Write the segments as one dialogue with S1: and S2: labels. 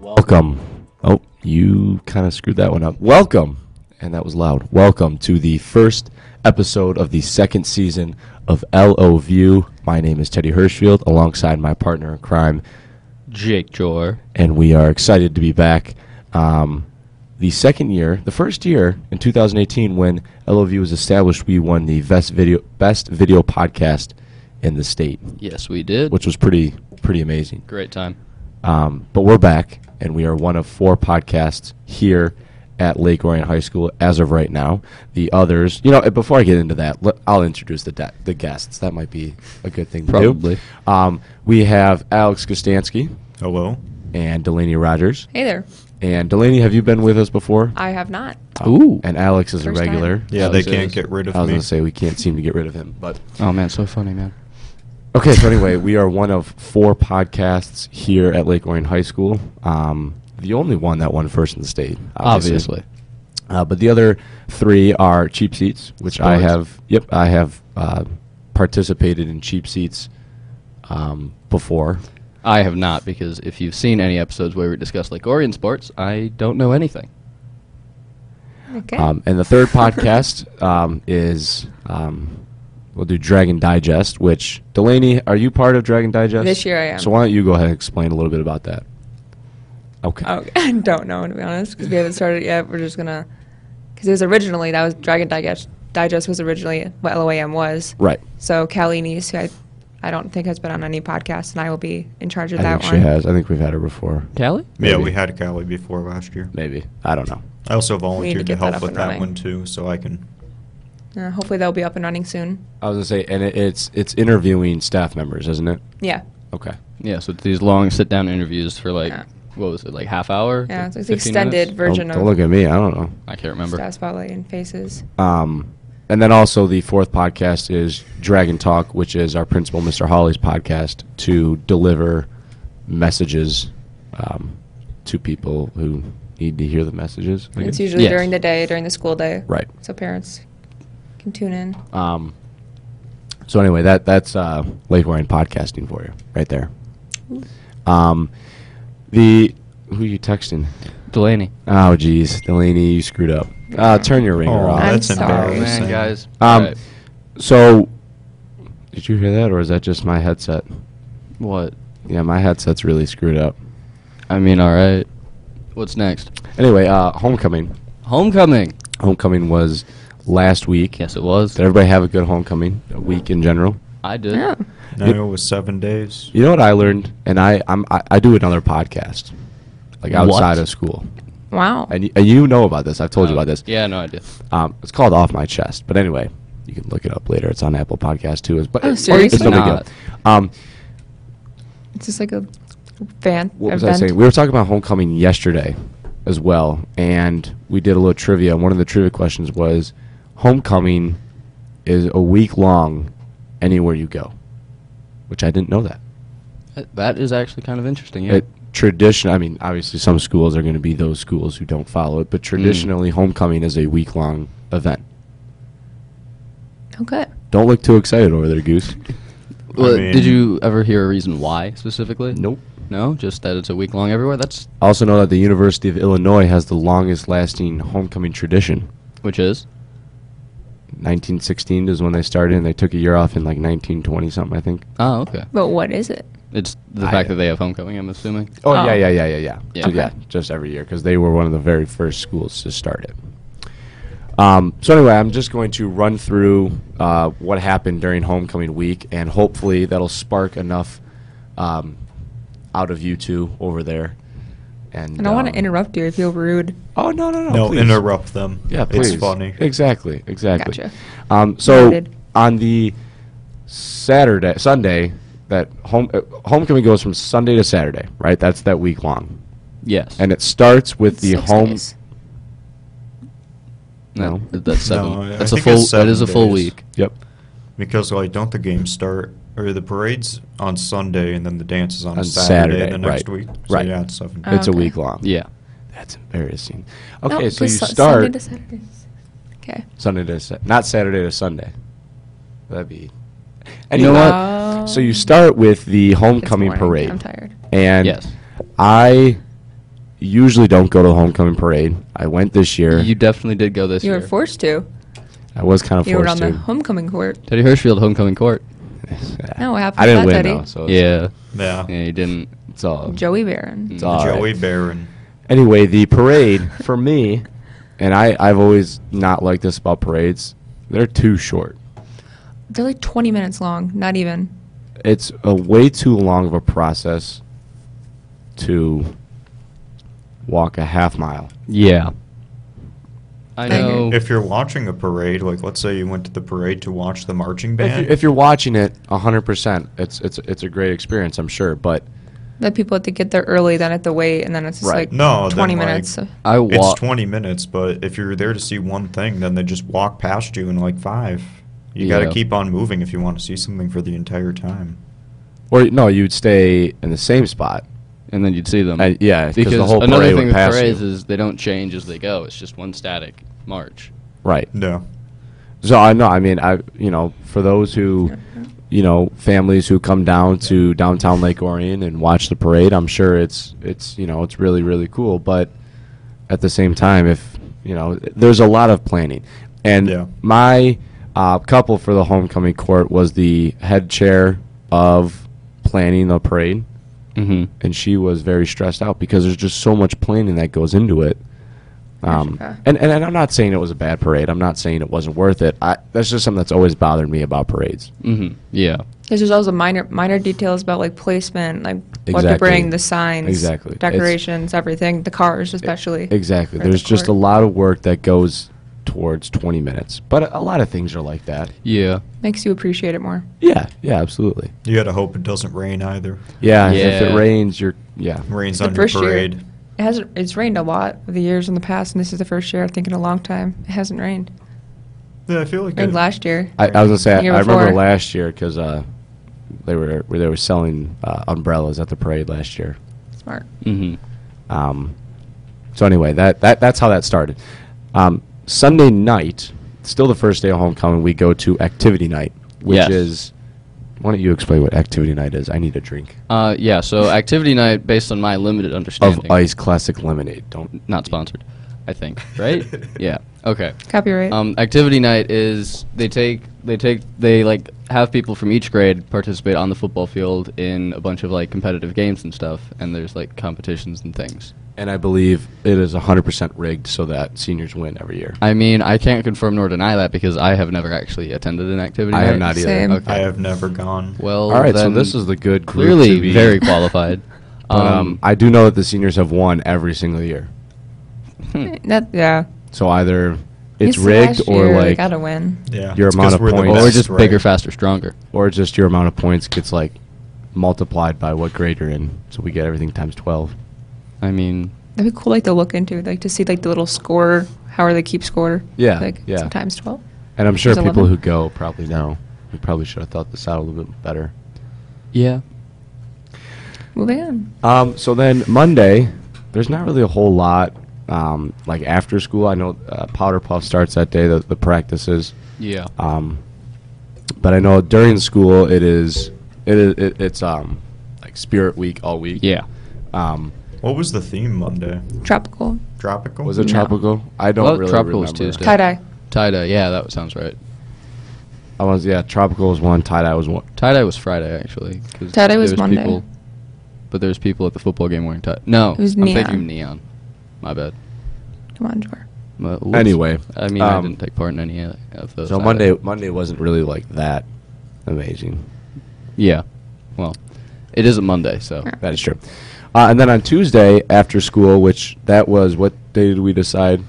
S1: Welcome. Oh, you kind of screwed that one up. Welcome. And that was loud. Welcome to the first episode of the second season of LO View. My name is Teddy Hirschfield, alongside my partner in crime,
S2: Jake Jor.
S1: and we are excited to be back. Um, the second year, the first year in 2018, when LOV was established, we won the best video best video podcast in the state,
S2: Yes, we did.
S1: which was pretty pretty amazing.
S2: Great time.
S1: Um, but we're back, and we are one of four podcasts here at Lake Orion High School as of right now. The others, you know, uh, before I get into that, let- I'll introduce the de- the guests. That might be a good thing. to do.
S2: Probably.
S1: Um, we have Alex Kostansky
S3: Hello.
S1: and Delaney Rogers.
S4: Hey there.
S1: And Delaney, have you been with us before?
S4: I have not.
S2: Ooh.
S1: And Alex is
S4: First
S1: a
S4: time.
S1: regular.
S3: Yeah,
S2: How's
S3: they
S2: it
S3: can't
S2: is?
S3: get rid of
S1: I was
S3: me.
S1: gonna say we can't seem to get rid of him, but
S2: Oh man, so funny, man.
S1: okay. So anyway, we are one of four podcasts here at Lake Orion High School. Um, the only one that won first in the state,
S2: Obviously.
S1: Uh, but the other three are cheap seats, which I
S2: Sports.
S1: have. Yep, I have uh, participated in cheap seats um, before.
S2: I have not because if you've seen any episodes where we discuss like Orion sports, I don't know anything.
S4: Okay.
S1: Um, and the third podcast um, is um, we'll do Dragon Digest, which Delaney, are you part of Dragon Digest?
S4: This year I am.
S1: So why don't you go ahead and explain a little bit about that? Okay.
S4: oh, I don't know to be honest because we haven't started it yet. We're just gonna because it was originally that was Dragon Digest. Digest was originally what LOAM was.
S1: Right.
S4: So Callie Neese, who I I don't think has been on any podcast, and I will be in charge of
S1: I
S4: that
S1: think
S4: one.
S1: she has. I think we've had her before.
S2: Callie?
S1: Maybe.
S3: Yeah, we had Callie before last year.
S1: Maybe. I don't know.
S3: I also
S4: We
S3: volunteered to
S4: need to get that
S3: help
S4: up
S3: with
S4: and
S3: that
S4: running.
S3: one too, so I can.
S4: Uh, hopefully they'll be up and running soon.
S1: I was gonna say, and it, it's it's interviewing staff members, isn't it?
S4: Yeah.
S1: Okay.
S2: Yeah, so it's these long sit down interviews for like
S4: Yeah.
S2: what was it, like half hour?
S4: Yeah, it's like the
S2: 15
S4: extended
S2: minutes?
S1: Don't,
S4: version
S1: don't
S4: of
S1: look at me. I don't know.
S2: I can't remember.
S4: Staff Spotlight and Faces.
S1: Um, and then also the fourth podcast is Dragon Talk, which is our principal, Mr. Hawley's podcast, to deliver messages um, to people who need to hear the messages. I
S4: It's
S1: guess.
S4: usually
S2: Yes.
S4: during the day, during the school day.
S1: Right.
S4: So parents can tune in.
S1: Um, so anyway, that that's uh, Lake Orion podcasting for you, right there. Um, the who are you texting?
S2: Delaney.
S1: Oh, geez, Delaney, you screwed up. Uh, turn your ringer
S3: Oh,
S1: off.
S4: I'm
S3: that's
S4: sorry.
S2: Oh
S3: embarrassing.
S2: man, guys.
S1: Um,
S2: Alright.
S1: So, did you hear that, or is that just my headset?
S2: What?
S1: Yeah, my headset's really screwed up.
S2: I mean, all right. What's next?
S1: Anyway, uh, homecoming.
S2: Homecoming.
S1: Homecoming was last week.
S2: Yes, it was.
S1: Did everybody have a good homecoming a week in general?
S2: I did.
S4: Yeah.
S3: No,
S1: Yep.
S3: it was seven days.
S1: You know what I learned, and I I'm, I, I do another podcast, like outside
S2: What?
S1: of school,
S4: Wow.
S1: and, y- and you know about this. I've told
S2: Oh.
S1: you about this.
S2: Uh, Yeah, no, I did.
S1: Um, it's called Off My Chest. But anyway, you can look it up later. It's on Apple Podcast too. It's, but
S4: Oh,
S1: it's no big
S4: seriously?
S1: deal.
S2: Not.
S1: Um,
S4: It's just like a van
S1: what was
S4: event.
S1: I saying? We were talking about homecoming yesterday as well, and we did a little trivia. And one of the trivia questions was homecoming is a week long anywhere you go, which I didn't know that.
S2: Th- That is actually kind of interesting. Yeah.
S1: It, tradition, I mean, obviously some schools are going to be those schools who don't follow it, but traditionally homecoming is a week long event.
S4: Okay.
S1: Don't look too excited over there, Goose.
S2: Well,
S3: I mean-
S2: did you ever hear a reason why specifically?
S1: Nope.
S2: No, just that it's a week long everywhere. That's
S1: I also know that the University of Illinois has the longest lasting homecoming tradition.
S2: which is
S1: 1916 is when they started, and they took a year off in like 1920 something, I think.
S2: oh okay.
S4: But what is it?
S2: It's the
S1: I-
S2: fact that they have homecoming. I'm assuming.
S1: Oh,
S4: Oh.
S1: yeah, yeah, yeah, yeah, yeah.
S2: Yeah.
S1: So,
S2: Okay.
S1: yeah, just every year because they were one of the very first schools to start it. Um, so anyway, I'm just going to run through uh, what happened during homecoming week, and hopefully that'll spark enough um, out of you two over there. And
S4: I don't want
S1: um,
S4: to interrupt you. I feel rude.
S1: Oh no, no, no!
S3: No,
S1: please.
S3: interrupt them.
S1: Yeah, please.
S3: It's funny.
S1: Exactly, exactly.
S4: Gotcha.
S1: Um, so
S4: Noted.
S1: on the Saturday, Sunday, that home uh, homecoming goes from Sunday to Saturday, right? That's that week long,
S2: Yes.
S1: and it starts with the
S4: Six
S1: home.
S4: days.
S2: no,
S1: No.
S2: that's seven.
S3: No, I
S2: that's a
S3: think
S2: full.
S3: it's
S2: That is a
S3: seven
S2: full
S3: days.
S2: week.
S1: Yep.
S3: Because like, don't the games start or the parades on Sunday and then the dance is on,
S1: On
S3: Saturday,
S1: Saturday,
S3: the next
S1: right,
S3: week? So
S1: right.
S3: yeah, it's seven.
S4: Uh,
S1: it's a
S4: Okay.
S1: week long.
S2: Yeah.
S1: That's embarrassing.
S4: No,
S1: Okay, so you
S4: just Su-
S1: start
S4: Sunday to Saturdays. Okay.
S1: Sunday to Sa- not Saturday to Sunday. That'd be.
S2: You know
S1: Anyway,
S2: what?
S4: Oh.
S1: So you start with the
S4: It's
S1: homecoming
S4: morning.
S1: parade,
S4: I'm tired.
S1: and
S2: Yes.
S1: I usually don't go to the homecoming parade. I went this year.
S2: You definitely did go this
S4: You
S2: year.
S4: were forced to.
S1: I was kind of
S4: You were on
S1: forced
S4: the
S1: to.
S4: homecoming court.
S2: Teddy Hirschfield homecoming court.
S4: No, what happened
S1: I
S4: to
S1: didn't
S4: that,
S1: win
S4: Teddy?
S1: though, so it's-
S2: Yeah.
S3: Yeah.
S2: Yeah, you didn't.
S1: it's all
S4: Joey Barron.
S1: It's all right.
S3: Joey Barron.
S1: Anyway, the parade for me, and I, I've always not liked this about parades. They're too short.
S4: They're like 20 minutes long, not even.
S1: It's a way too long of a process to walk a half mile.
S2: Yeah. I
S4: I agree.
S2: know.
S3: If you're watching a parade, like let's say you went to the parade to watch the marching
S1: If,
S3: band,
S1: you, if you're watching it, hundred percent, it's it's it's a great experience, I'm sure. But
S4: The people have to get there early, then have to wait, and then it's just
S1: Right.
S4: like
S3: No, then,
S4: 20
S3: like-
S4: minutes. of-
S2: I
S3: it's
S2: walked.
S3: 20 minutes, but if you're there to see one thing, then they just walk past you in like five. You got
S2: Yeah.
S3: to keep on moving if you want to see something for the entire time.
S1: or no, you'd stay in the same spot.
S2: and then you'd see them.
S1: I, yeah, because
S2: because
S1: the whole
S2: another
S1: parade
S2: thing
S1: would
S2: with
S1: pass
S2: parades
S1: you.
S2: is they don't change as they go. It's just one static march.
S1: right.
S3: No.
S1: So I know. I mean, I you know, for those who, you know, families who come down to downtown Lake Orion and watch the parade, I'm sure it's it's you know it's really really cool. But at the same time, if you know, there's a lot of planning. And
S3: Yeah.
S1: my uh, couple for the homecoming court was the head chair of planning the parade,
S2: Mm-hmm.
S1: and she was very stressed out because there's just so much planning that goes into it. Um,
S4: Okay.
S1: and, and and I'm not saying it was a bad parade. I'm not saying it wasn't worth it. I, that's just something that's always bothered me about parades.
S2: Mm-hmm. Yeah.
S4: 'Cause there's also minor minor details about like placement, like what
S1: Exactly.
S4: to bring, the signs,
S1: Exactly. It's-
S4: decorations, everything, the cars especially.
S1: Exactly.
S4: For the
S1: There's just a
S4: court.
S1: lot of work that goes towards 20 minutes. But a, a lot of things are like that.
S2: Yeah.
S4: Makes you appreciate it more.
S1: Yeah. Yeah. Absolutely.
S3: You got to hope it doesn't rain either.
S1: Yeah. If it
S2: Yeah.
S1: rains, you're yeah.
S3: Rains
S4: The
S3: on your
S4: first year-
S3: parade.
S4: It hasn't. It's rained a lot of the years in the past, and this is the first year I think in a long time it hasn't rained.
S3: Yeah, I feel like
S4: Rained
S3: it-
S4: last year.
S1: I, I was gonna say I,
S4: Year
S1: I remember
S4: before.
S1: last year because uh, they were where they were selling uh, umbrellas at the parade last year.
S4: Smart.
S2: Mm-hmm.
S1: Um, so anyway, that, that that's how that started. Um, Sunday night, still the first day of homecoming, we go to activity night, which
S2: Yes.
S1: is. Why don't you explain what activity night is? I need a drink
S2: Uh, yeah. So activity night, based on my limited understanding,
S1: of Ice Classic Lemonade. Don't
S2: not sponsored, I think. Right? yeah. Okay.
S4: Copyright.
S2: Um, activity night is they take they take they like have people from each grade participate on the football field in a bunch of like competitive games and stuff, and there's like competitions and things.
S1: And I believe it is 100% rigged so that seniors win every year.
S2: I mean, I can't confirm nor deny that because I have never actually attended an activity.
S1: I
S2: night.
S1: have not either.
S4: Same.
S2: Okay.
S3: I have never gone.
S2: Well,
S1: All right, so
S2: then
S1: this is the good group to
S2: clearly
S1: be-
S2: very qualified.
S1: But, um, I do know that the seniors have won every single year.
S4: that yeah.
S1: So either it's
S4: Yes,
S1: rigged
S4: last
S1: or
S4: year
S1: like
S4: they gotta win.
S3: yeah.
S1: your
S3: it's
S1: amount
S3: 'cause
S1: of
S3: we're the
S1: points-
S2: or
S1: Well,
S2: we're
S3: best,
S2: just
S3: right?
S2: bigger, faster, stronger.
S1: or just your amount of points gets like multiplied by what grade you're in. So we get everything times 12.
S2: I mean,
S4: That'd be cool, like to look into, like to see like the little score, how are they keep score?
S1: Yeah,
S4: like
S1: yeah.
S4: sometimes twelve.
S1: And I'm sure
S4: There's
S1: people
S4: 11.
S1: who go probably know. We probably should have thought this out a little bit better.
S2: yeah.
S4: Moving on.
S1: Um, so then Monday, there's not really a whole lot. Um, like after school, I know uh, Powder Puff starts that day, the, the practices.
S2: Yeah.
S1: Um, but I know during school, it is, it is it, it's um, like Spirit Week all week.
S2: Yeah.
S1: Um,
S3: What was the theme Monday?
S4: Tropical.
S3: Tropical?
S1: was it
S4: No.
S1: tropical? I don't
S2: Well,
S1: really
S2: tropical was
S1: remember.
S2: Tuesday.
S4: Tie dye.
S2: Tie dye. Yeah, that sounds right.
S1: I was yeah. Tropical was one. Tie dye was one.
S2: Tie dye was Friday actually. 'cause
S4: Tie-dye was
S2: there
S4: Monday.
S2: People, but there's people at the football game wearing tie. No,
S4: It was
S2: I'm
S4: neon.
S2: thinking neon. My bad.
S4: Come on, Jor.
S2: My- whoops.
S1: Anyway,
S2: I mean, I
S1: um,
S2: didn't take part in any of those.
S1: So
S2: tie-dye.
S1: Monday Monday wasn't really like that amazing.
S2: Yeah. Well, it isn't Monday, so
S4: Yeah.
S1: That is true. Uh, and then on Tuesday after school, which that was what day did we decide,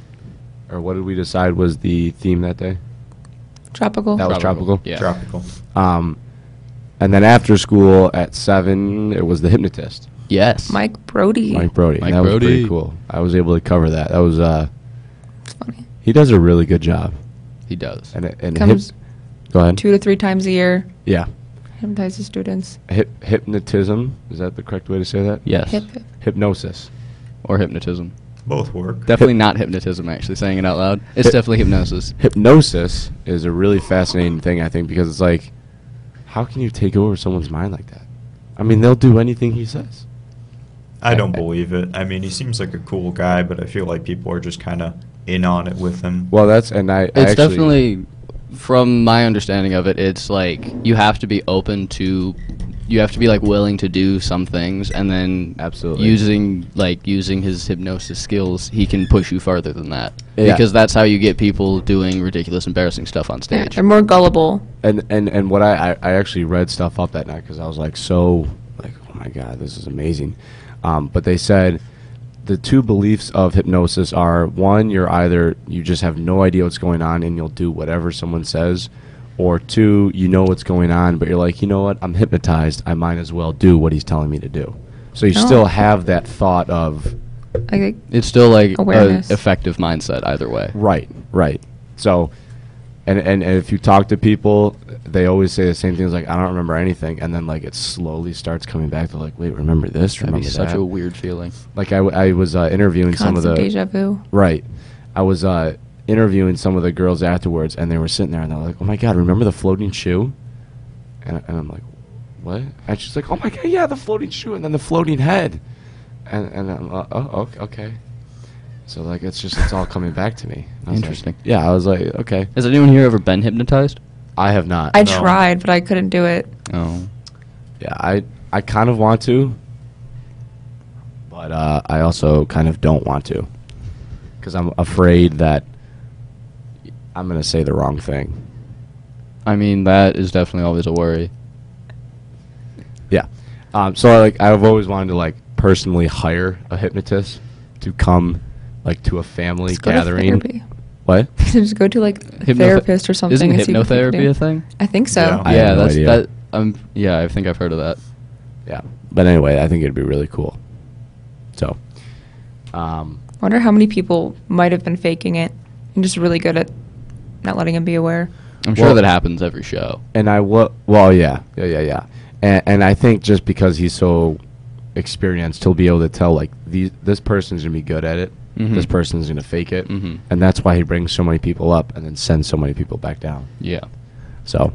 S1: or what did we decide was the theme that day?
S4: Tropical.
S1: That was tropical?
S2: Yeah.
S3: Tropical.
S1: Um, and then after school at seven, it was the hypnotist,
S2: Yes.
S4: Mike Brody.
S1: Mike Brody.
S2: Mike
S1: that was pretty
S2: Brody.
S1: cool. I was able to cover that. That was uh,
S4: It's funny.
S1: he does a really good job.
S2: He does.
S1: And it- and
S4: Comes
S1: hyp- go ahead.
S4: two to three times a year.
S1: yeah,
S4: Hypnotizes students.
S1: Hyp hypnotism is that the correct way to say that?
S2: Yes.
S4: Hip hip.
S1: Hypnosis.
S2: Or hypnotism.
S3: Both work.
S2: Definitely not hypnotism, actually, saying it out loud. It's
S1: Hip-
S2: definitely hypnosis.
S1: hypnosis is a really fascinating thing i think because it's like how can you take over someone's mind like that i mean they'll do anything he says
S3: I don't believe it. I mean, he seems like a cool guy, but I feel like people are just kind of in on it with him.
S1: Well, that's and I. I
S2: It's
S1: actually-
S2: definitely, from my understanding of it, it's like you have to be open to, you have to be like willing to do some things, and then
S1: Absolutely.
S2: using like using his hypnosis skills, he can push you farther than that
S1: Yeah.
S2: because that's how you get people doing ridiculous, embarrassing stuff on
S4: Yeah,
S2: stage.
S4: they're more gullible.
S1: and and and what I I, I actually read stuff up that night because I was like so like oh my god this is amazing, um, but they said the two beliefs of hypnosis are one you're either you just have no idea what's going on and you'll do whatever someone says or two you know what's going on but you're like you know what i'm hypnotized i might as well do what he's telling me to do so you
S4: Oh.
S1: still have that thought of
S4: I think
S2: It's still like an
S4: Awareness.
S2: effective mindset either way.
S1: Right, right. So, and, and and if you talk to people, they always say the same things like, "I don't remember anything," and then like it slowly starts coming back. They're like, "Wait, remember this?
S2: That'd
S1: Remember
S2: be such
S1: that?"
S2: a weird feeling.
S1: like I, w- I was uh, interviewing some of
S4: constant
S1: the
S4: deja vu.
S1: right, I was uh, interviewing some of the girls afterwards, and they were sitting there and they're like, "Oh my god, remember the floating shoe?" And, and I'm like, "What?" And she's like, "Oh my god, yeah, the floating shoe, and then the floating head," and and I'm like, "Oh, oh, okay." So like it's just it's all coming back to me. I was like-
S2: Interesting.
S1: yeah, I was like, okay.
S2: Has anyone here ever been hypnotized?
S1: I have not.
S4: I
S3: No.
S4: tried, but I couldn't do it.
S2: Oh,
S1: yeah, I I kind of want to, but uh, I also kind of don't want to, because I'm afraid that I'm gonna say the wrong thing.
S2: I mean that is definitely always a worry.
S1: Yeah. Um, so I, like I've always wanted to like personally hire a hypnotist to come like to a family
S4: Just go to
S1: gathering.
S4: therapy.
S1: What?
S4: just go to like a
S2: Hypnothe-
S4: therapist or something.
S2: Isn't
S4: and see what you can
S2: hypnotherapy
S4: do.
S2: a thing?
S4: I think so.
S3: Yeah.
S1: I
S2: yeah,
S1: have no
S2: that's
S1: idea.
S2: that. Um, yeah, I think I've heard of that.
S1: Yeah. But anyway, I think it'd be really cool. So, um,
S4: wonder how many people might have been faking it and just really good at not letting him be aware.
S2: I'm sure
S1: Well-
S2: that happens every show.
S1: And I wa well, yeah, yeah, yeah, yeah. And, and I think just because he's so experienced, he'll be able to tell like these. This person's gonna be good at it.
S2: Mhm.
S1: This person's gonna fake it,
S2: Mhm.
S1: and that's why he brings so many people up and then sends so many people back down.
S2: Yeah,
S1: So,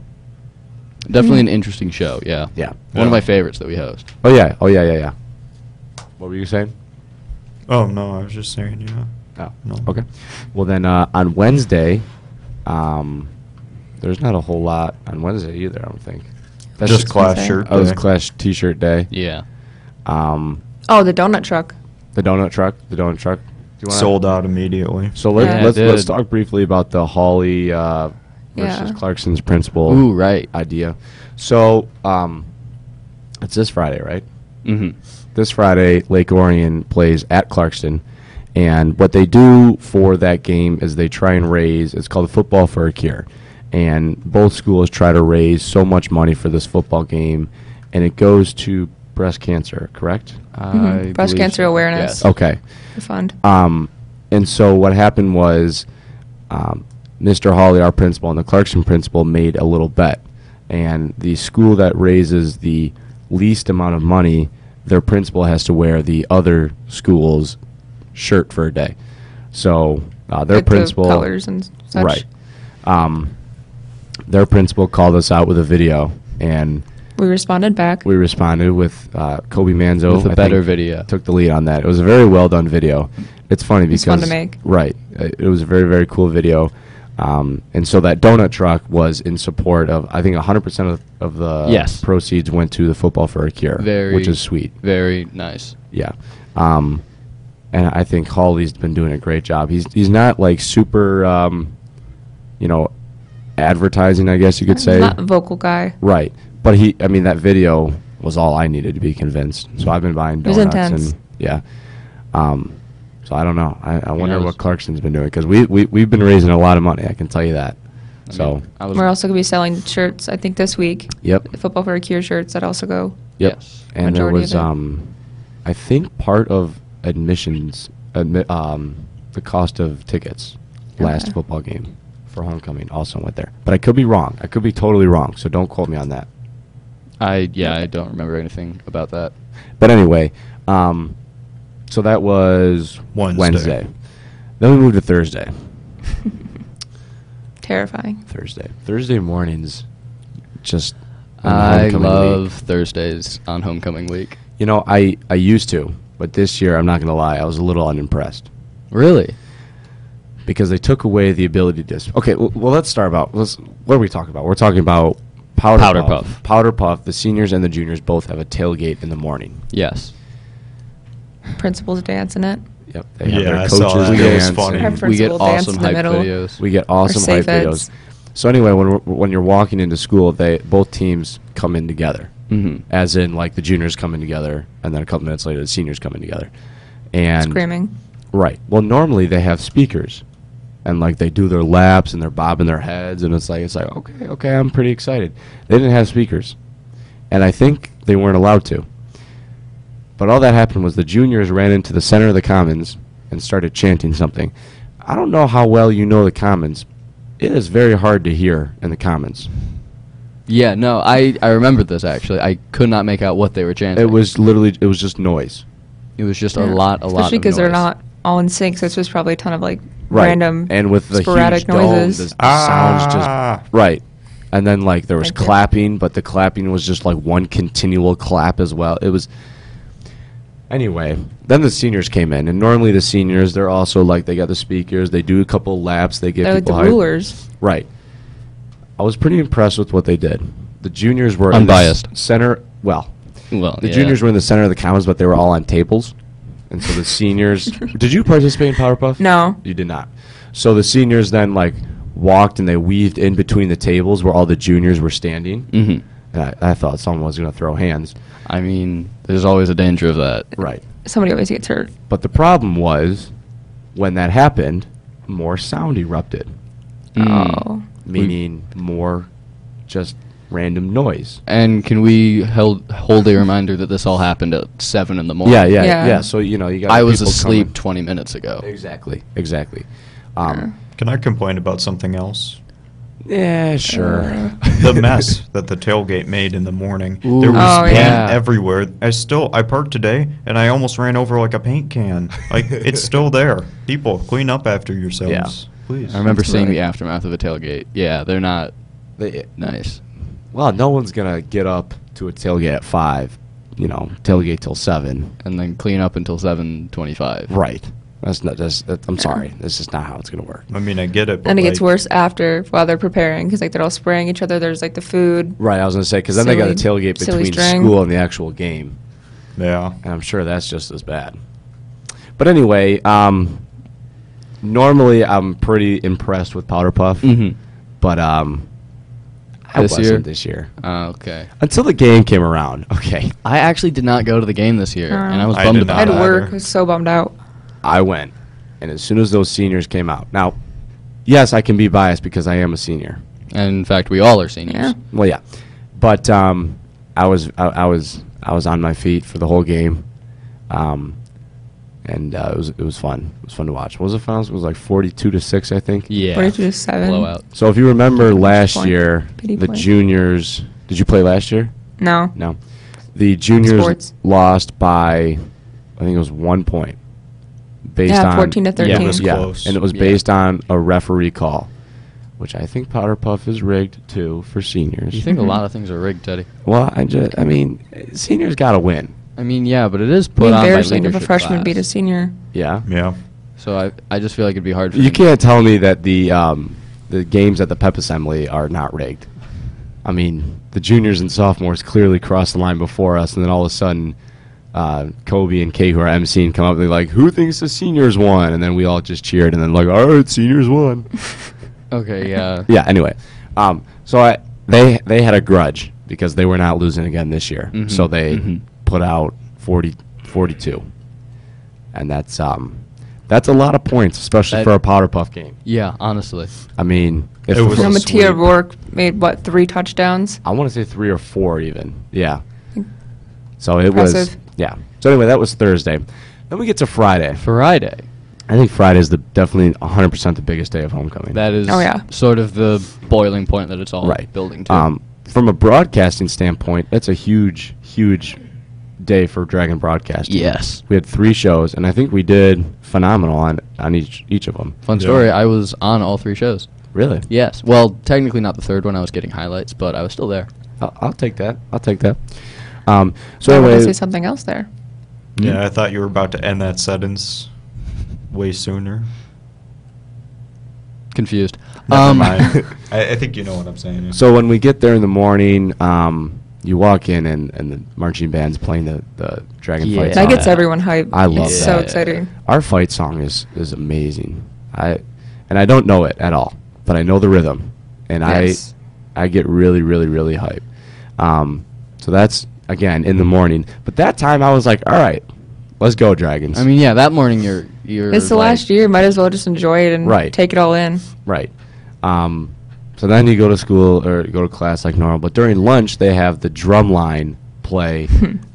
S2: definitely an interesting show. Yeah,
S1: yeah.
S2: one of
S3: Yeah.
S2: my favorites that we host.
S1: Oh yeah. Oh yeah. Yeah. Yeah. What were you saying?
S3: Oh no, I was just saying, yeah.
S1: Oh.
S3: No.
S1: Okay. Well then, uh, on Wednesday, um, there's not a whole lot on Wednesday either. I don't think. That's
S3: just
S4: just
S3: class
S4: insane.
S3: shirt.
S1: Oh, it's
S3: day.
S1: Clash T-shirt day.
S2: Yeah,
S1: Um,
S4: Oh, the donut truck.
S1: the donut truck. The donut truck. Do you wanna-
S3: sold out immediately.
S1: So let,
S4: Yeah, it
S1: let's let's
S2: did.
S1: talk briefly about the Hawley uh, versus
S4: Yeah.
S1: Clarkson's principal
S2: Ooh, right.
S1: idea. So um, it's this Friday, right?
S2: mm-hmm.
S1: This Friday, Lake Orion plays at Clarkston, and what they do for that game is they try and raise. It's called Football for a Cure, and both schools try to raise so much money for this football game, and it goes to breast cancer, correct?
S4: Mhm. Breast cancer awareness.
S1: Okay.
S4: The fund.
S1: Um, and so what happened was, um, Mr. Hawley, our principal, and the Clarkson principal made a little bet, and the school that raises the least amount of money, their principal has to wear the other school's shirt for a day. So uh, their
S4: Like the
S1: principal,
S4: colors and such.
S1: right? Um, their principal called us out with a video, and
S4: We responded back.
S1: we responded with uh, Kobe Manzo
S2: With a
S1: I
S2: better
S1: think,
S2: video.
S1: Took the lead on that. It was a very well done video. It's funny because
S4: It's fun to make.
S1: right. uh, It was a very very cool video, um, and so that donut truck was in support of I think 100 percent of, of the
S2: Yes.
S1: proceeds went to the football for a cure,
S2: Very,
S1: which is sweet.
S2: Very nice.
S1: Yeah. Um, and I think Hawley's been doing a great job. He's he's not like super, um, you know, advertising. I guess you could say
S4: Not a vocal guy.
S1: Right. But he, I mean, that video was all I needed to be convinced. So I've been buying
S4: It was
S1: donuts
S4: intense.
S1: and yeah. Um, so I don't know. I, I wonder
S2: knows?
S1: what Clarkson's been doing because we, we we've been raising a lot of money. I can tell you that.
S2: I
S1: so
S2: mean, I was.
S4: We're also going to be selling shirts, I think, this week.
S1: yep,
S4: The Football for a Cure shirts that also go.
S1: yep.
S2: Yes.
S1: And there
S4: Majority of
S1: was
S4: it.
S1: um, I think part of admissions admi- um the cost of tickets last
S4: Okay.
S1: football game for homecoming also went there. But I could be wrong. I could be totally wrong. So don't quote me on that.
S2: I yeah, I don't remember anything about that.
S1: But anyway, um, so that was
S3: Wednesday.
S1: Wednesday. Then we moved to Thursday.
S4: Terrifying.
S1: Thursday. Thursday mornings, just. on
S2: I
S1: homecoming week.
S2: love Thursdays on homecoming week.
S1: You know, I I used to. But this year, I'm not going to lie, I was a little unimpressed
S2: Really?
S1: because they took away the ability to. Dis- okay, well, well, let's start about. Let's, what are we talking about? We're talking about powder,
S2: Powder
S1: puff.
S2: Puff.
S1: Powder puff. The seniors and the juniors both have a tailgate in the morning.
S2: Yes.
S4: Principals dance in it.
S1: Yep, they have
S3: Yeah,
S1: their
S3: I
S1: coaches.
S3: saw that.
S1: dance
S3: It was
S1: and-
S3: funny.
S4: Our
S2: We get
S4: principal dance
S2: awesome
S4: in the
S2: hype
S4: middle.
S2: videos.
S1: We get awesome hype
S4: safe
S1: videos.
S4: eds.
S1: So anyway, when we're, when you're walking into school, they both teams come in together,
S2: Mhm.
S1: as in like the juniors come in together, and then a couple minutes later the seniors come in together, and
S4: Screaming.
S1: right. Well, normally they have speakers, and like they do their laps and they're bobbing their heads, and it's like it's like okay, okay, I'm pretty excited. They didn't have speakers, and I think they weren't allowed to. But all that happened was the juniors ran into the center of the commons and started chanting something. I don't know how well you know the commons. It is very hard to hear in the commons.
S2: Yeah, no, I, I remember this actually. I could not make out what they were chanting.
S1: It was literally it was just noise.
S2: it was just a
S4: Yeah.
S2: lot, a lot of
S4: Especially
S2: noise.
S4: because they're not all in sync, so it's just probably a ton of like
S1: Right.
S4: random
S1: and with the
S4: sporadic
S1: huge
S4: noises.
S1: dome, the, the sounds
S3: Ah.
S1: just right. And then like there was
S4: Thank you.
S1: clapping, but the clapping was just like one continual clap as well. It was Anyway, then the seniors came in, and normally the seniors they're also like they got the speakers, they do a couple laps, they get
S4: They're like
S1: people
S4: the
S1: hyped.
S4: rulers.
S1: Right. I was pretty impressed with what they did. The juniors were
S2: Unbiased.
S1: in the s- center. Well,
S2: Well,
S1: the
S2: yeah.
S1: juniors were in the center of the commons, but they were all on tables, and so the seniors. did you participate in Powerpuff?
S4: No.
S1: you did not. So the seniors then like walked and they weaved in between the tables where all the juniors were standing.
S2: Mhm.
S1: And I, I thought someone was going to throw hands.
S2: I mean, there's always a danger of that.
S1: Right.
S4: Somebody always gets hurt.
S1: But the problem was, when that happened, more sound erupted,
S2: Mm.
S4: Oh.
S1: meaning more just random noise.
S2: And can we held, hold a reminder that this all happened at seven in the morning?
S1: Yeah, yeah, yeah.
S4: Yeah.
S1: So you know, you got.
S2: I was
S1: people
S2: asleep
S1: coming-
S2: 20 minutes ago.
S1: Exactly. Exactly. Um,
S3: Can I complain about something else?
S1: yeah, sure.
S3: the mess that the tailgate made in the morning.
S2: Ooh.
S3: There was
S4: Oh,
S3: paint
S1: yeah.
S3: everywhere. I still I parked today and I almost ran over like a paint can. Like it's still there. People, clean up after yourselves,
S1: Yeah.
S3: please.
S2: I remember
S4: That's
S2: seeing
S4: right.
S2: the aftermath of a tailgate. Yeah, they're not
S1: They,
S2: nice.
S1: well, no one's gonna get up to a tailgate at five. You know, tailgate till seven.
S2: And then clean up until 7.25.
S1: Right. That's not. That's. That, I'm sorry. That's just not how it's gonna work.
S3: I mean, I get it. but,
S4: And it gets
S3: like,
S4: worse after while they're preparing because like they're all spraying each other. There's like the food.
S1: Right. I was gonna say because then they got a
S4: Silly-
S1: tailgate
S4: silly
S1: between
S4: string.
S1: school and the actual game.
S3: Yeah.
S1: and I'm sure that's just as bad. But anyway, um, normally I'm pretty impressed with Powder Puff,
S4: Mm-hmm.
S2: Mhm.
S1: but um, I
S2: This
S1: wasn't
S2: year?
S1: this year
S2: Uh, okay.
S1: until the game came around. Okay,
S2: I actually did not go to the game this year,
S4: Oh.
S2: and I was
S3: I
S2: bummed
S3: did
S4: I
S2: about
S3: Not
S4: had
S2: it.
S4: to work.
S3: either.
S4: I was so bummed out.
S1: I went, and as soon as those seniors came out, now, yes, I can be biased because I am a senior.
S2: And in fact, we all are seniors.
S4: Yeah.
S1: Well, yeah, but um, I was I, I was I was on my feet for the whole game, um, and uh, it was it was fun. It was fun to watch. What was the finals? It was like forty-two to six, I think.
S2: Yeah.
S4: 42 to 7.
S2: Blowout.
S1: So if you remember last
S4: point.
S1: year,
S4: Pity
S1: the
S4: point.
S1: juniors. Did you play last year?
S4: No.
S1: No. The juniors
S4: Sports.
S1: lost by, I think it was one point. Based
S4: Yeah,
S1: on
S4: 14 to
S1: Yeah,
S4: 13. It was
S1: yeah.
S3: close.
S1: and it was
S2: Yeah.
S1: based on a referee call, which I think Powder Puff is rigged too for seniors.
S2: You think a lot of things are rigged, Teddy.
S1: Well, I just, I mean, seniors got to win.
S2: I mean, yeah, but it is
S4: It'd
S2: put
S4: be
S2: on by
S4: embarrassing if a
S2: leadership
S4: freshman
S2: class.
S4: beat a senior.
S1: Yeah.
S3: Yeah.
S2: So I, I just feel like it'd be hard for
S1: You
S2: them.
S1: can't tell me that the um, the games at the pep assembly are not rigged. I mean, the juniors and sophomores clearly crossed the line before us, and then all of a sudden, uh, Kobe and Kay, who are emceeing, come up and they're like, "Who thinks the seniors won?" And then we all just cheered, and then like, "All right, seniors won."
S2: Okay, yeah.
S1: yeah. Anyway, um, so I they they had a grudge because they were not losing again this year,
S3: Mm-hmm.
S2: Mhm,
S1: so they
S2: mhm.
S1: put out 40, 42. and that's um, that's a lot of points, especially
S2: That-
S1: for a powder puff game.
S2: Yeah, honestly.
S1: I mean, if
S3: It was-
S4: You know,
S1: the-
S3: Sweet.
S4: Mattia Rourke made, what, three touchdowns?
S1: I want to say three or four, even. Yeah. So it
S4: Impressive.
S1: was. Yeah. So anyway, that was Thursday. Then we get to Friday.
S2: Friday.
S1: I think Friday is the definitely 100 percent the biggest day of homecoming.
S2: That is
S4: Oh, yeah.
S2: sort of the boiling point that it's all
S1: right.
S2: building to.
S1: Um, from a broadcasting standpoint, that's a huge, huge day for Dragon Broadcasting.
S2: Yes.
S1: We had three shows, and I think we did phenomenal on on each each of them.
S2: Fun
S3: Yeah.
S2: story, I was on all three shows.
S1: Really?
S2: Yes. Well, technically not the third one. I was getting highlights, but I was still there.
S1: I'll, I'll take that. I'll take that. Um, so
S4: I wanted
S1: anyway,
S4: to say something else there.
S3: Yeah, I thought you were about to end that sentence way sooner.
S2: Confused.
S3: Never
S2: um,
S3: mind. I, I think you know what I'm saying.
S1: So when we get there in the morning, um, you walk in and, and the marching band's playing the, the Dragonflight
S2: Yeah.
S1: song.
S4: That gets everyone hyped.
S1: I love
S4: it's
S1: that.
S4: so exciting.
S1: Our fight song is, is amazing. I and I don't know it at all, but I know the rhythm, and
S4: Yes.
S1: I I get really really really hyped. Um, so that's again in the morning. But that time I was like, all right, let's go dragons.
S2: I mean, yeah, that morning you're you're.
S4: It's the
S2: like-
S4: last year. Might as well just enjoy it and
S1: Right.
S4: take it all in.
S1: Right. Um, so then you go to school or go to class like normal, but during lunch they have the drum line play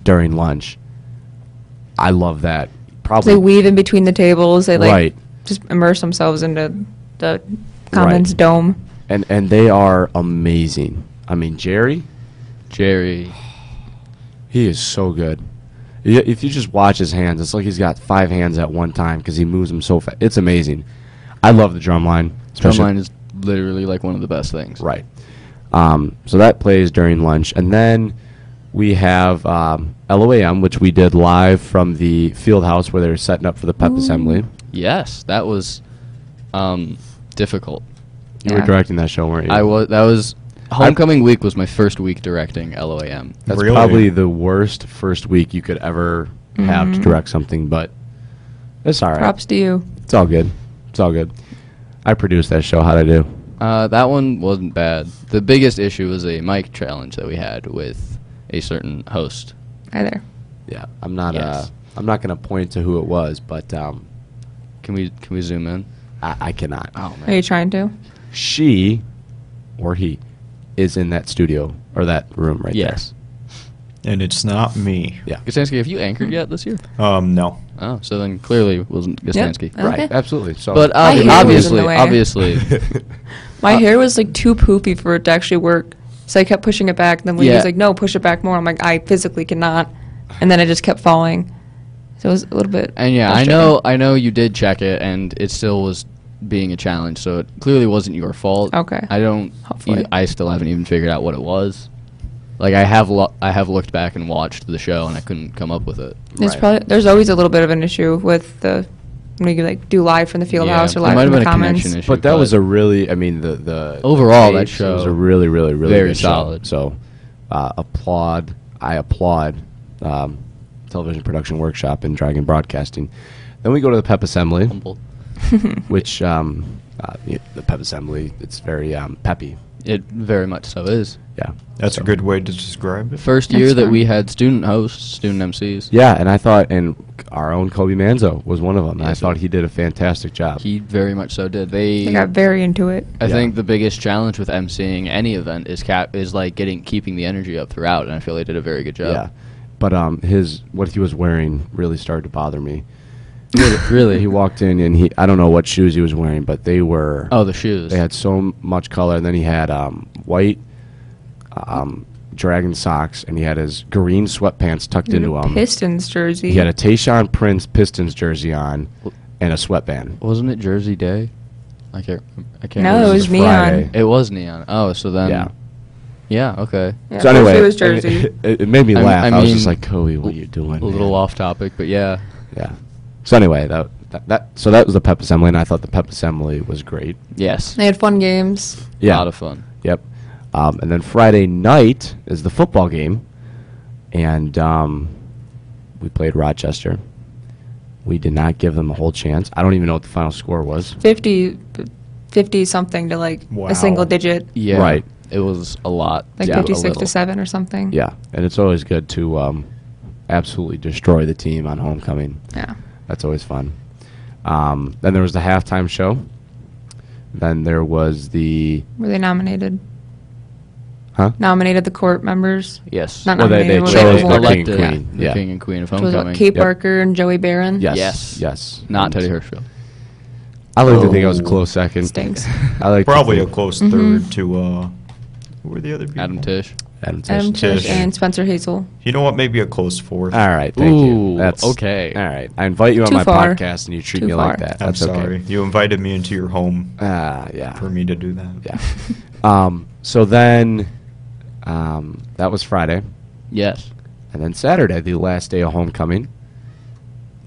S1: during lunch. I love that. Probably
S4: They weave in between the tables. They like
S1: Right.
S4: just immerse themselves into the commons dome.
S1: and and they are amazing. I mean Jerry,
S2: Jerry.
S1: he is so good. Y- If you just watch his hands, it's like he's got five hands at one time because he moves them so fast. It's amazing. I love the drum line. especially-
S2: Drumline is literally like one of the best things.
S1: Right. Um, so that plays during lunch, and then we have um, LOAM, which we did live from the field house where they were setting up for the pep assembly.
S2: Yes, that was um, difficult.
S1: You were
S4: Yeah.
S1: directing that show, weren't you?
S2: I was. That was. Homecoming week was my first week directing LOAM.
S1: That's
S3: Really?
S1: probably the worst first week you could ever have to direct something, but it's all right.
S4: Mm-hmm. Props to you.
S1: It's all good. It's all good. I produced that show. How'd I do?
S2: Uh, that one wasn't bad. The biggest issue was a mic challenge that we had with a certain host.
S4: Hi there.
S1: Yeah, I'm not. Uh,
S2: Yes.
S1: I'm not going to point to who it was, but um,
S2: Can we can we zoom in?
S1: I, I cannot.
S2: Oh
S4: Are you trying to?
S1: Uh, She, or he, is in that studio or that room right there.
S2: Yes.
S3: And it's not me.
S1: Yeah.
S2: Gostansky, have you anchored yet this year?
S3: Um, no.
S2: Oh, so then clearly it wasn't Gostansky.
S4: Yep. Okay.
S1: Right, absolutely. So,
S2: But
S4: My
S2: obvi-
S4: hair was
S2: obviously,
S4: in the way.
S2: obviously, Uh,
S4: My hair was like too poofy for it to actually work. So I kept pushing it back. And then Lee
S2: Yeah.
S4: was like, no, push it back more. I'm like, I physically cannot. And then it just kept falling. So it was a little bit.
S2: and yeah, I
S4: frustrating.
S2: know, I know you did check it, and it still was being a challenge. So it clearly wasn't your fault.
S4: Okay.
S2: I don't.
S4: Hopefully.
S2: e- I still haven't even figured out what it was. Like I have, lo- I have looked back and watched the show, and I couldn't come up with it.
S4: There's
S1: Right.
S4: probably there's always a little bit of an issue with the when you like do live from the field
S2: Yeah,
S4: house or
S2: it
S4: live
S2: might
S4: from
S2: have
S4: the
S2: been a
S4: commons.
S2: connection issue.
S1: but that was a really, I mean, the the
S2: Overall, that
S1: tapes, it was
S2: show-
S1: a really, really, really
S2: very
S1: good show.
S2: solid.
S1: So, uh, applaud. I applaud um, television production workshop and Dragon Broadcasting. Then we go to the Pep Assembly,
S2: humble.
S1: which um, uh, the- the Pep Assembly it's very um, peppy.
S2: It very much so is.
S1: Yeah,
S3: That's
S1: So-
S3: a good way to describe it.
S2: First
S4: That's
S2: year that
S4: fun.
S2: we had student hosts, student MCs.
S1: Yeah, and I thought, and our own Kobe Manzo was one of them. and I
S2: Yes,
S1: thought
S2: sir.
S1: he did a fantastic job.
S2: He very much so did. They
S4: They got very into it.
S2: I
S1: Yeah.
S2: think the biggest challenge with emceeing any event is cap is like getting keeping the energy up throughout, and I feel they did a very good
S1: yeah,
S2: job.
S1: but um, his what he was wearing really started to bother me.
S2: Yeah, really.
S1: He walked in and he I don't know what shoes he was wearing, but they were
S2: oh, the shoes.
S1: they had so m- much color. And then he had um, white um, dragon socks, and he had his green sweatpants tucked into him.
S4: Pistons jersey.
S1: He had a Tayshawn Prince Pistons jersey on and a sweatband.
S2: Wasn't it Jersey Day? I can't. I can't.
S4: no,
S2: remember.
S4: it was
S1: me. Friday.
S4: neon.
S2: It was neon. Oh, so then.
S1: Yeah.
S2: Yeah, Okay.
S4: Yeah,
S1: so anyway,
S4: it was
S1: I mean,
S4: jersey.
S1: It, it made me
S2: I mean-
S1: laugh. I,
S2: I
S1: was just
S2: mean,
S1: like, Kobe, what are you doing?
S2: a little
S1: Oh, man?"
S2: off topic, but yeah.
S1: Yeah. So anyway, that, that that so that was the pep assembly, and I thought the pep assembly was great.
S2: Yes.
S4: they had fun games.
S1: Yeah.
S2: A lot of fun.
S1: Yep. Um, and then Friday night is the football game, and um, we played Rochester. We did not give them a whole chance. I don't even know what the final score was.
S4: 50, 50 something to like
S3: Wow.
S4: a single digit,
S2: Yeah.
S1: Right.
S2: It was a lot.
S4: like
S1: Yeah.
S2: a
S4: 56
S2: little.
S4: to 7 or something.
S1: Yeah, and it's always good to um, absolutely destroy the team on homecoming.
S4: Yeah.
S1: That's always fun. Um, then there was the halftime show. Then there was the
S4: Were they nominated?
S1: huh?
S4: Nominated the court members,
S2: Yes.
S4: Not
S1: Well, they, they
S4: nominated,
S2: They
S1: chose the
S4: were
S1: king and
S2: elected
S1: queen.
S2: the
S1: yeah.
S2: king and queen of
S4: which was
S2: homecoming.
S4: what, Kate
S1: Yep.
S4: Barker and Joey Barron.
S1: Yes.
S2: Yes.
S1: Yes.
S2: Not Teddy
S1: Hersh.
S2: Hirschfield.
S1: I like to think it was a
S3: Oh.
S1: close second.
S4: Stinks.
S1: I like to
S3: Probably a
S1: think-
S3: close third to uh, who were the other people?
S2: Adam Tish.
S1: Adam Tisch.
S4: Adam
S3: Tish.
S4: Tisch and Spencer Hazel.
S3: You know what? Maybe a close fourth.
S1: All right, thank you.
S2: Ooh,
S1: That's
S2: okay.
S1: All right, I invite you on
S4: Too
S1: my
S4: far.
S1: podcast and you treat
S4: Too
S1: me like
S4: far.
S1: that.
S3: I'm
S1: That's
S3: sorry.
S1: okay.
S3: You invited me into your home
S1: Ah, yeah,
S3: for me to do that.
S1: yeah. um, so then, um, that was Friday,
S2: Yes.
S1: and then Saturday, the last day of homecoming,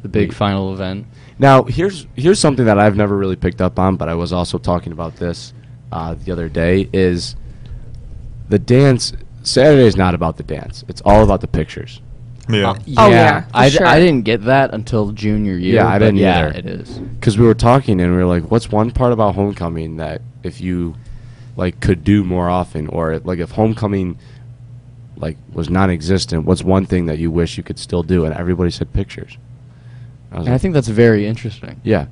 S2: the big
S1: We-
S2: final event.
S1: Now, here's here's something that I've never really picked up on, but I was also talking about this uh, the other day. Is the dance Saturday is not about the dance; it's all about the pictures.
S3: Yeah.
S4: Oh, yeah, for
S2: Uh, I, d-
S4: sure.
S2: I didn't get that until junior year.
S1: Yeah, I
S2: but
S1: didn't
S2: yeah,
S1: either.
S2: it is.
S1: Because we were talking and we were like, "What's one part about homecoming that if you like could do more often, or like if homecoming like was non-existent, what's one thing that you wish you could still do?" And everybody said pictures. was
S2: And I
S1: like,
S2: think that's very interesting.
S1: Yeah.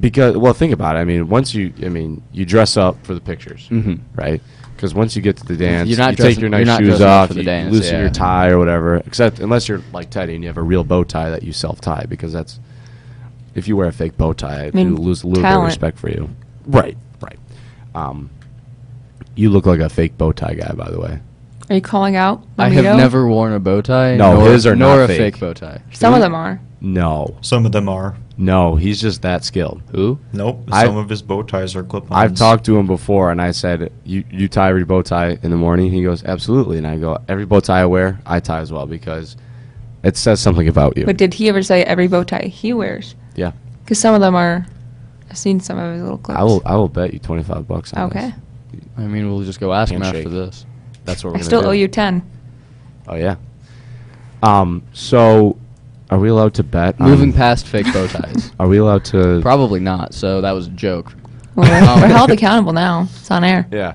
S1: Because well, think about it. I mean, once you, I mean, you dress up for the pictures,
S2: Mhm.
S1: right? Because once you get to the dance,
S2: You're not
S1: you take
S2: dressing-
S1: your nice
S2: you're not
S1: shoes
S2: dressing up
S1: off,
S2: for the
S1: you
S2: dance,
S1: loosen
S2: yeah.
S1: your tie or whatever. Except unless you're like Teddy and you have a real bow tie that you self tie, because that's if you wear a fake bow tie, I
S4: mean,
S1: you lose a little
S4: talent.
S1: bit of respect for you. Right, right. Um, you look like a fake bow tie guy, by the way.
S4: Are you calling out?
S2: I
S4: Mamito?
S2: have never worn a bow tie.
S1: No,
S2: nor,
S1: his are
S2: nor
S1: not
S2: a
S1: fake.
S2: fake bow tie.
S4: Some of them are.
S1: No,
S3: Some of them are.
S1: no, he's just that skilled.
S2: Who?
S3: Nope.
S1: I-
S3: some of his bow ties are clip-ons.
S1: I've talked to him before, and I said, "You you tie every bow tie in the morning." He goes, "Absolutely," and I go, "Every bow tie I wear, I tie as well because it says something about you."
S4: But did he ever say every bow tie he wears?
S1: yeah,
S4: Because some of them are. I've seen some of his little clips.
S1: I will. I will bet you twenty five bucks. On
S4: Okay.
S1: this.
S2: I mean, we'll just go ask him
S1: Handshake.
S2: after this.
S1: that's what we're
S4: I
S1: gonna
S4: still
S1: do.
S4: owe you ten.
S1: Oh yeah. Um. So, are we allowed to bet? on-
S2: Moving past fake bow ties.
S1: Are we allowed to?
S2: Probably not. So that was a joke.
S4: Well, we're,
S2: Um,
S4: we're held accountable now. It's on air.
S1: Yeah.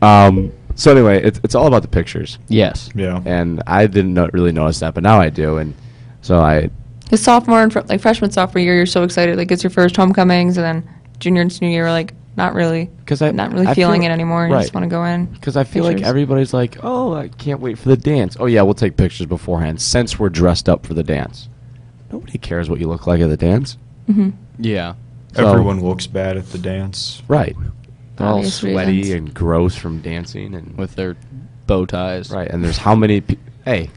S1: Um. So anyway, it's it's all about the pictures,
S2: Yes.
S3: Yeah.
S1: and I didn't no- really notice that, but now I do, and so I
S4: His sophomore and fr- like freshman sophomore year, you're so excited. Like it's your first homecomings, and then junior and senior year, we're like not really,
S1: 'Cause I-
S4: not really
S1: I
S4: feeling
S1: feel-
S4: it anymore. You
S1: right.
S4: just want to go in.
S1: Because I feel like
S4: Pictures.
S1: everybody's like, oh, I can't wait for the dance. Oh, yeah, we'll take pictures beforehand since we're dressed up for the dance. Nobody cares what you look like at the dance.
S4: hmm
S2: Yeah.
S1: So-
S3: Everyone looks bad at the dance.
S1: Right. They're all
S4: Obvious
S1: sweaty
S4: reasons.
S1: and gross from dancing. and
S2: With their bow ties.
S1: Right, and there's how many. Pe- hey,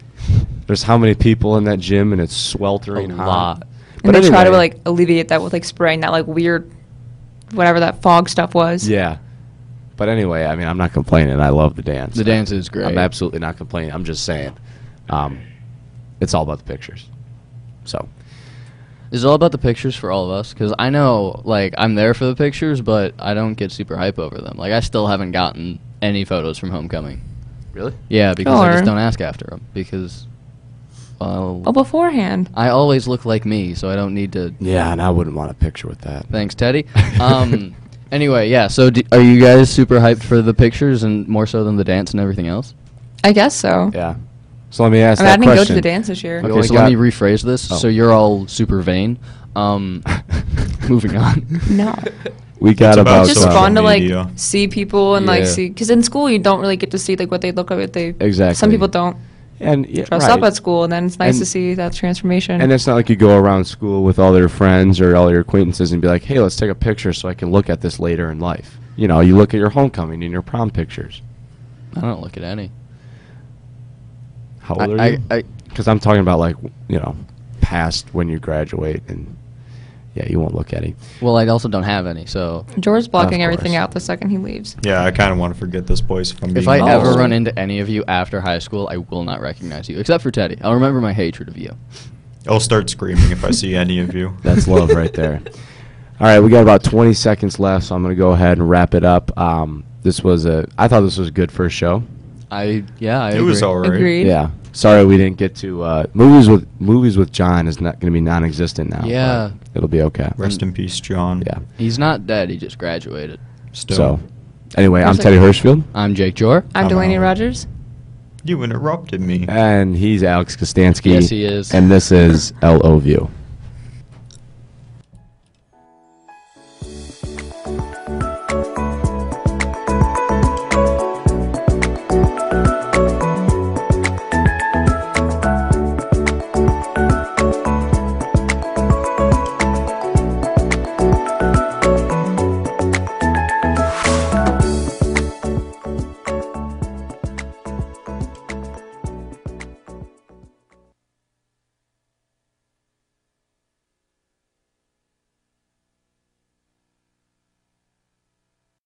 S1: there's how many people in that gym and it's sweltering
S2: A
S1: hot.
S2: lot.
S4: And they try to
S1: anyway-
S4: like alleviate that with like spraying that like weird, whatever that fog stuff was.
S1: Yeah. But anyway, I mean, I'm not complaining. I love the dance.
S2: The dance is great.
S1: I'm absolutely not complaining. I'm just saying, um, it's all about the pictures. So,
S2: It's all about the pictures for all of us because I know, like, I'm there for the pictures, but I don't get super hype over them. Like, I still haven't gotten any photos from homecoming.
S1: really,
S2: Yeah, because I just
S4: Sure.
S2: don't ask after them because, well,
S4: Oh, beforehand.
S2: I always look like me, so I don't need to.
S1: Yeah, and I wouldn't want a picture with that.
S2: Thanks, Teddy. Um, anyway, yeah. So, d are you guys super hyped for the pictures and more so than the dance and everything else?
S4: I guess so.
S1: Yeah. So let me ask
S4: I mean, I
S1: that
S4: didn't go to
S1: question.
S4: the dance this year.
S1: Okay,
S2: Okay,
S1: so
S2: so let me
S1: got-
S2: rephrase this.
S1: Oh.
S2: So you're all super vain. Um, moving on.
S4: No.
S1: We got
S3: It's about
S1: about
S4: It's just
S3: social
S4: fun to like
S3: media.
S4: see people and like
S2: Yeah.
S4: see because in school you don't really get to see like what they look like. What they
S1: Exactly.
S4: Some people don't
S1: and yeah,
S4: dress
S1: right.
S4: up at school, and then it's nice
S1: And-
S4: to see that transformation.
S1: And it's not like you go around school with all your friends or all your acquaintances and be like, "Hey, let's take a picture so I can look at this later in life." You know, you look at your homecoming and your prom pictures.
S2: I don't look at any.
S1: How
S2: I-
S1: old
S2: I-
S1: are you?
S2: I-
S1: Because I'm talking about like w- you know, past when you graduate and yeah, you won't look at it.
S2: Well, I also don't have any. So
S4: George's blocking
S1: Of course.
S4: everything out the second he leaves.
S3: Yeah, I kind of want to forget this place if I'm being
S2: If I
S3: honest.
S2: ever
S4: Oh.
S2: run into any of you after high school, I will not recognize you, except for Teddy. I'll remember my hatred of you.
S3: I'll start screaming if I see any of you.
S1: That's love right there. All right, we got about 20 seconds left, so I'm going to go ahead and wrap it up. Um, this was a, I thought this was a good first show.
S2: I yeah, I
S3: It was
S2: agree.
S3: alright.
S4: Agreed.
S1: Yeah, sorry we didn't get to uh, movies with movies with John is not going to be non-existent now. but
S2: Yeah.
S1: it'll be okay.
S3: Rest in peace, John.
S1: Yeah.
S2: He's not dead. He just graduated.
S3: Still.
S1: So, anyway, I'm
S4: There's a-
S1: Teddy Hirschfield,
S2: I'm Jake Jor.
S4: I'm
S3: I'm
S4: Delaney
S3: out.
S4: Rogers.
S3: You interrupted me.
S1: and he's Alex Kostansky.
S2: Yes, he is.
S1: And this is LOVU.